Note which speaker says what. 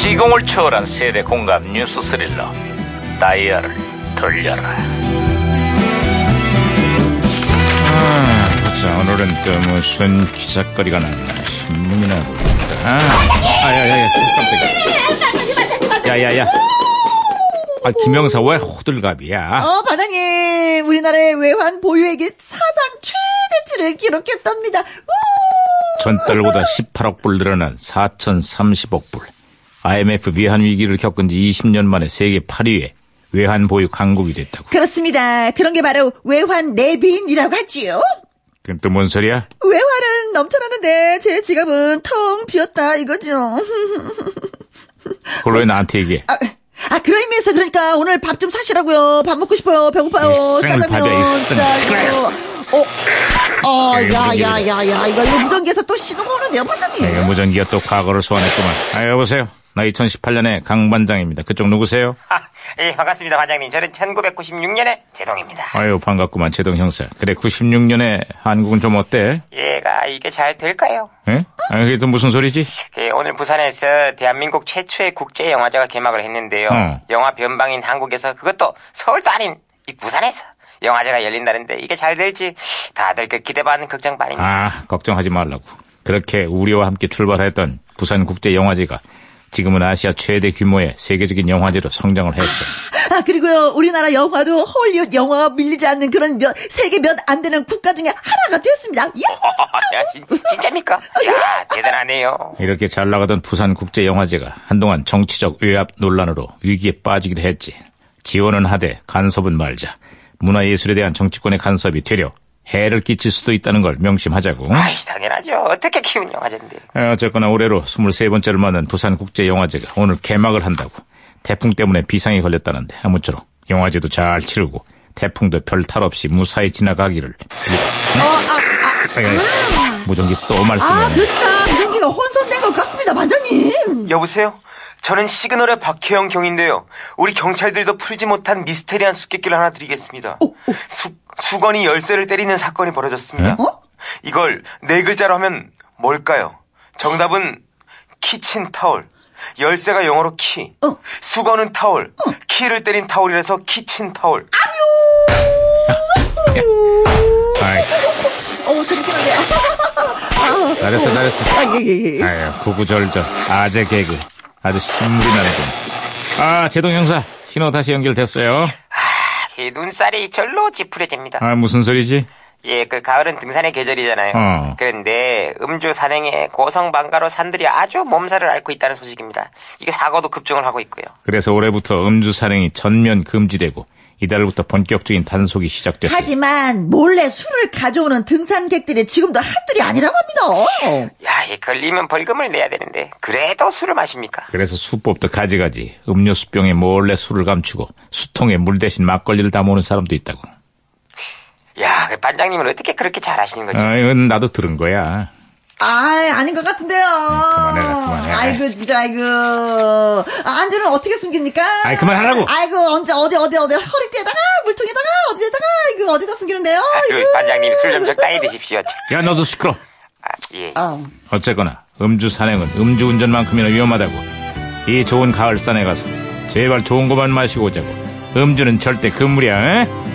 Speaker 1: 시공을 초월한 세대 공감 뉴스 스릴러 다이아를 돌려라 아, 보자 오늘은 또 무슨 기사거리가 났나 신문이나 볼까 아야야야 깜짝이야 야야야 아 김영사 왜 호들갑이야
Speaker 2: 어, 반장님, 우리나라의 외환 보유액이 사상 최대치를 기록했답니다. 우!
Speaker 1: 전달보다 18억 불 늘어난 4,030억 불. IMF 외환 위기를 겪은 지 20년 만에 세계 8위에 외환 보유 강국이 됐다고.
Speaker 2: 그렇습니다. 그런 게 바로 외환 내빈이라고 하지요.
Speaker 1: 그건 또 뭔 소리야?
Speaker 2: 외환은 넘쳐나는데 제 지갑은 텅 비었다 이거죠.
Speaker 1: 그걸 왜 나한테 얘기해?
Speaker 2: 아, 아 그런 의미에서 그러니까 오늘 밥 좀 사시라고요. 밥 먹고 싶어요. 배고파요.
Speaker 1: 일생을 밥이야, 일생을.
Speaker 2: 짜장면. 어, 어,
Speaker 1: 아이고,
Speaker 2: 야,
Speaker 1: 무전기다.
Speaker 2: 야, 야, 야, 이거 이거 무전기에서 또 신호가 오는데요, 반장님.
Speaker 1: 내가 무전기가 또 과거를 소환했구만. 아, 여보세요? 나 2018년의 강반장입니다. 그쪽 누구세요?
Speaker 3: 아, 예, 반갑습니다, 반장님. 저는 1996년에 제동입니다.
Speaker 1: 아유, 반갑구만, 제동 형사. 그래, 96년에 한국은 좀 어때?
Speaker 3: 얘가 이게 잘 될까요?
Speaker 1: 예? 아, 그게 또 무슨 소리지?
Speaker 3: 예, 오늘 부산에서 대한민국 최초의 국제 영화제가 개막을 했는데요.
Speaker 1: 어.
Speaker 3: 영화 변방인 한국에서 그것도 서울도 아닌 이 부산에서 영화제가 열린다는데 이게 잘 될지 다들 그 기대 반 걱정 반입니다.
Speaker 1: 아, 걱정하지 말라고. 그렇게 우리와 함께 출발했던 부산국제영화제가 지금은 아시아 최대 규모의 세계적인 영화제로 성장을 했어.
Speaker 2: 아, 그리고요, 우리나라 영화도 헐리우드 영화가 밀리지 않는 그런 몇, 세계 몇 안 되는 국가 중에 하나가 됐습니다. 예? 야!
Speaker 3: 아, 야, 진, 진짜입니까? 야, 대단하네요.
Speaker 1: 이렇게 잘 나가던 부산국제영화제가 한동안 정치적 외압 논란으로 위기에 빠지기도 했지. 지원은 하되 간섭은 말자. 문화예술에 대한 정치권의 간섭이 되려 해를 끼칠 수도 있다는 걸 명심하자고.
Speaker 3: 아이, 당연하죠. 어떻게 키운 영화제인데.
Speaker 1: 아, 어쨌거나 올해로 23번째를 맞는 부산국제영화제가 오늘 개막을 한다고. 태풍 때문에 비상이 걸렸다는데 아무쪼록 영화제도 잘 치르고 태풍도 별 탈 없이 무사히 지나가기를 빌어. 무전기 또
Speaker 2: 아,
Speaker 1: 말씀해.
Speaker 2: 그렇습니다. 무전기가 혼선된 것 같습니다, 반장님.
Speaker 3: 여보세요? 저는 시그널의 박혜영 경인데요. 우리 경찰들도 풀지 못한 미스테리한 수께끼를 하나 드리겠습니다.
Speaker 2: 어,
Speaker 3: 수, 수건이 열쇠를 때리는 사건이 벌어졌습니다.
Speaker 1: 예?
Speaker 2: 어?
Speaker 3: 이걸 네 글자로 하면 뭘까요? 정답은 키친 타올. 열쇠가 영어로 키.
Speaker 2: 어.
Speaker 3: 수건은 타올. 키를 때린 타올이라서 키친 타올.
Speaker 2: 아!
Speaker 1: 아이,
Speaker 2: 어, 재밌긴 한데.
Speaker 1: 잘했어, 잘했어.
Speaker 2: 아, 예, 예, 예.
Speaker 1: 아유, 구구절절. 아재 개그. 아주 신물이 나는군. 아, 제동 형사. 신호 다시 연결됐어요.
Speaker 3: 예, 눈살이 절로 찌푸려집니다.
Speaker 1: 아, 무슨 소리지?
Speaker 3: 예, 그 가을은 등산의 계절이잖아요.
Speaker 1: 어.
Speaker 3: 그런데 음주 산행에 고성방가로 산들이 아주 몸살을 앓고 있다는 소식입니다. 이게 사고도 급증을 하고 있고요.
Speaker 1: 그래서 올해부터 음주 산행이 전면 금지되고 이달부터 본격적인 단속이 시작됐어요.
Speaker 2: 하지만 몰래 술을 가져오는 등산객들이 지금도 한둘이 아니라고 합니다.
Speaker 3: 야, 이 걸리면 벌금을 내야 되는데 그래도 술을 마십니까?
Speaker 1: 그래서 수법도 가지가지 음료수병에 몰래 술을 감추고 수통에 물 대신 막걸리를 담아오는 사람도 있다고.
Speaker 3: 야, 그 반장님은 어떻게 그렇게 잘하시는 거죠?
Speaker 1: 아, 이건 나도 들은 거야.
Speaker 2: 아, 아닌 것 같은데요.
Speaker 1: 음, 그만해라, 그만해.
Speaker 2: 아이고, 진짜, 아이고. 아, 안주는 어떻게 숨깁니까?
Speaker 1: 아이, 그만하라고.
Speaker 2: 아이고, 언제, 어디, 어디, 어디, 허리띠에다가, 물통에다가, 어디에다가, 이거 어디다 숨기는데요?
Speaker 1: 아,
Speaker 3: 그 반장님 술 좀 적당히 드십시오. 참.
Speaker 1: 야, 너도 시끄러.
Speaker 3: 아, 예.
Speaker 2: 어.
Speaker 1: 어쨌거나 음주 산행은 음주 운전만큼이나 위험하다고. 이 좋은 가을 산에 가서 제발 좋은 것만 마시고 오자고. 음주는 절대 금물이야. 에?